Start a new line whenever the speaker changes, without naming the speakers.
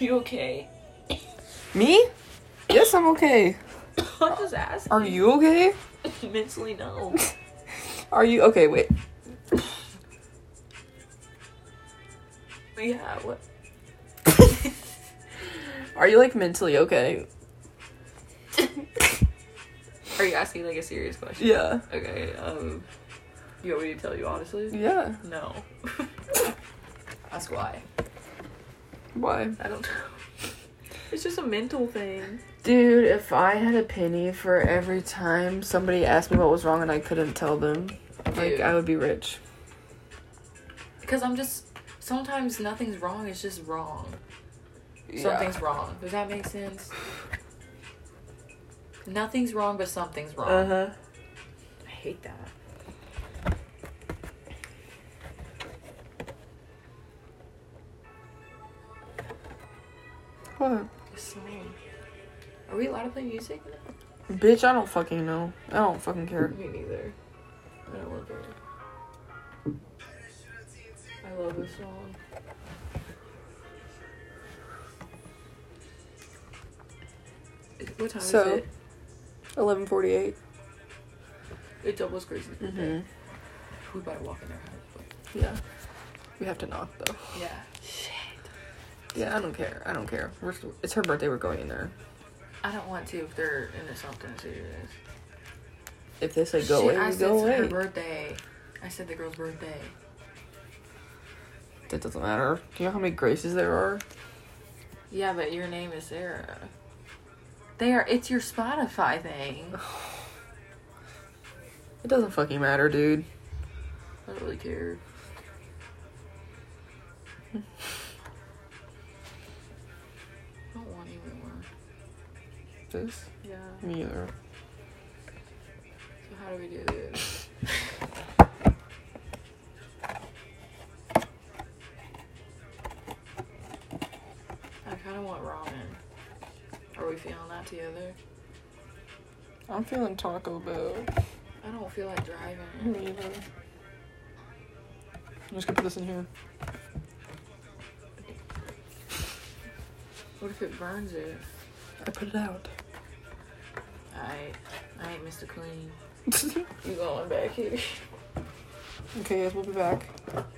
You okay?
Me? Yes, I'm okay.
I'm just asking.
Are you okay?
mentally no?
Are you okay? Wait.
yeah. What?
Are you like mentally okay?
Are you asking like a serious question?
Yeah.
Okay. Um. You want me to tell you honestly?
Yeah.
No. Ask why.
Why?
I don't know. It's just a mental thing.
Dude, if I had a penny for every time somebody asked me what was wrong and I couldn't tell them, like
Dude.
I would be rich.
Because I'm just. Sometimes nothing's wrong. It's just wrong. Something's wrong. Does that make sense? Nothing's wrong, but something's wrong.
Uh huh.
I hate that.
What?
This song. Are we allowed to play music?
Bitch, I don't fucking know. I don't fucking care.
Me neither. I don't love it. I love this song. It- What time
So-
is it?
Eleven forty-eight.
It doubles Grace's birthday.
Mm-hmm.
We better walk in there. huh?
Yeah. We have to knock though.
Yeah. Shit.
Yeah, I don't care. I don't care. We're, it's her birthday. We're going in there.
I don't want to if they're into something serious.
If they say go
Shit,
away,
I
we
said
go
it's her
away.
birthday. I said the girl's birthday.
That doesn't matter. Do you know how many graces there are?
Yeah, but your name is Sarah. They are. It's your Spotify thing.
It doesn't fucking matter, dude.
I don't really care. I don't want anymore.
This?
Yeah.
Me either.
So how do we do this? I kind of want ramen. Are we feeling that together?
I'm feeling Taco Bell.
I don't feel like driving.
Me either. I'm just gonna put this in here.
What if it burns it?
I put it out.
I, I ain't Mr. Clean. You going back here?
okay, guys, we'll be back.